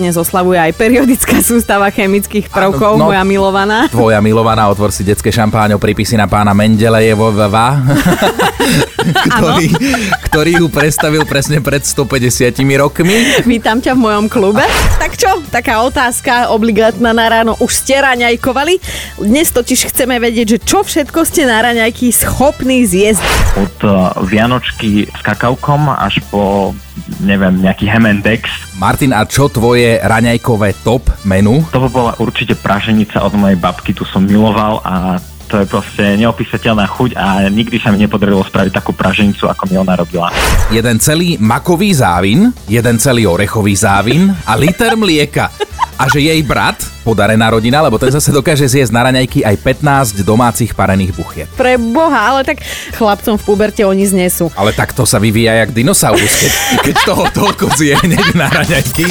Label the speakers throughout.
Speaker 1: Dnes oslavuje vlastne aj periodická sústava chemických prvkov,
Speaker 2: no.
Speaker 1: moja milovaná.
Speaker 2: Tvoja milovaná, otvor si detské šampáňo, pripisy na pána Mendelejevova, ktorý, ktorý ju prestavil presne pred 150 rokmi.
Speaker 1: Vítam ťa v mojom klube. Tak čo, taká otázka obligátna na ráno. Už ste raňajkovali? Dnes totiž chceme vedieť, že čo všetko ste na raňajky schopní zjesť.
Speaker 3: od eh, Vianočky s kakaukom až po, neviem, nejaký Hemendex.
Speaker 2: Martin, a čo tvoje raňajkové top menu?
Speaker 3: To by bola určite praženica od mojej babky, tu som miloval a to je proste neopísateľná chuť a nikdy sa mi nepodarilo spraviť takú praženicu, ako mi ona robila.
Speaker 2: Jeden celý makový závin, jeden celý orechový závin a liter mlieka. A že jej brat, podarená rodina, lebo ten zase dokáže zjesť na raňajky aj 15 domácich parených buchiet.
Speaker 1: Pre boha, ale tak chlapcom v puberte oni znesú.
Speaker 2: Ale takto sa vyvíja jak dinosaurus, keď, keď toho toľko zje hneď na raňajky.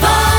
Speaker 4: Vlna.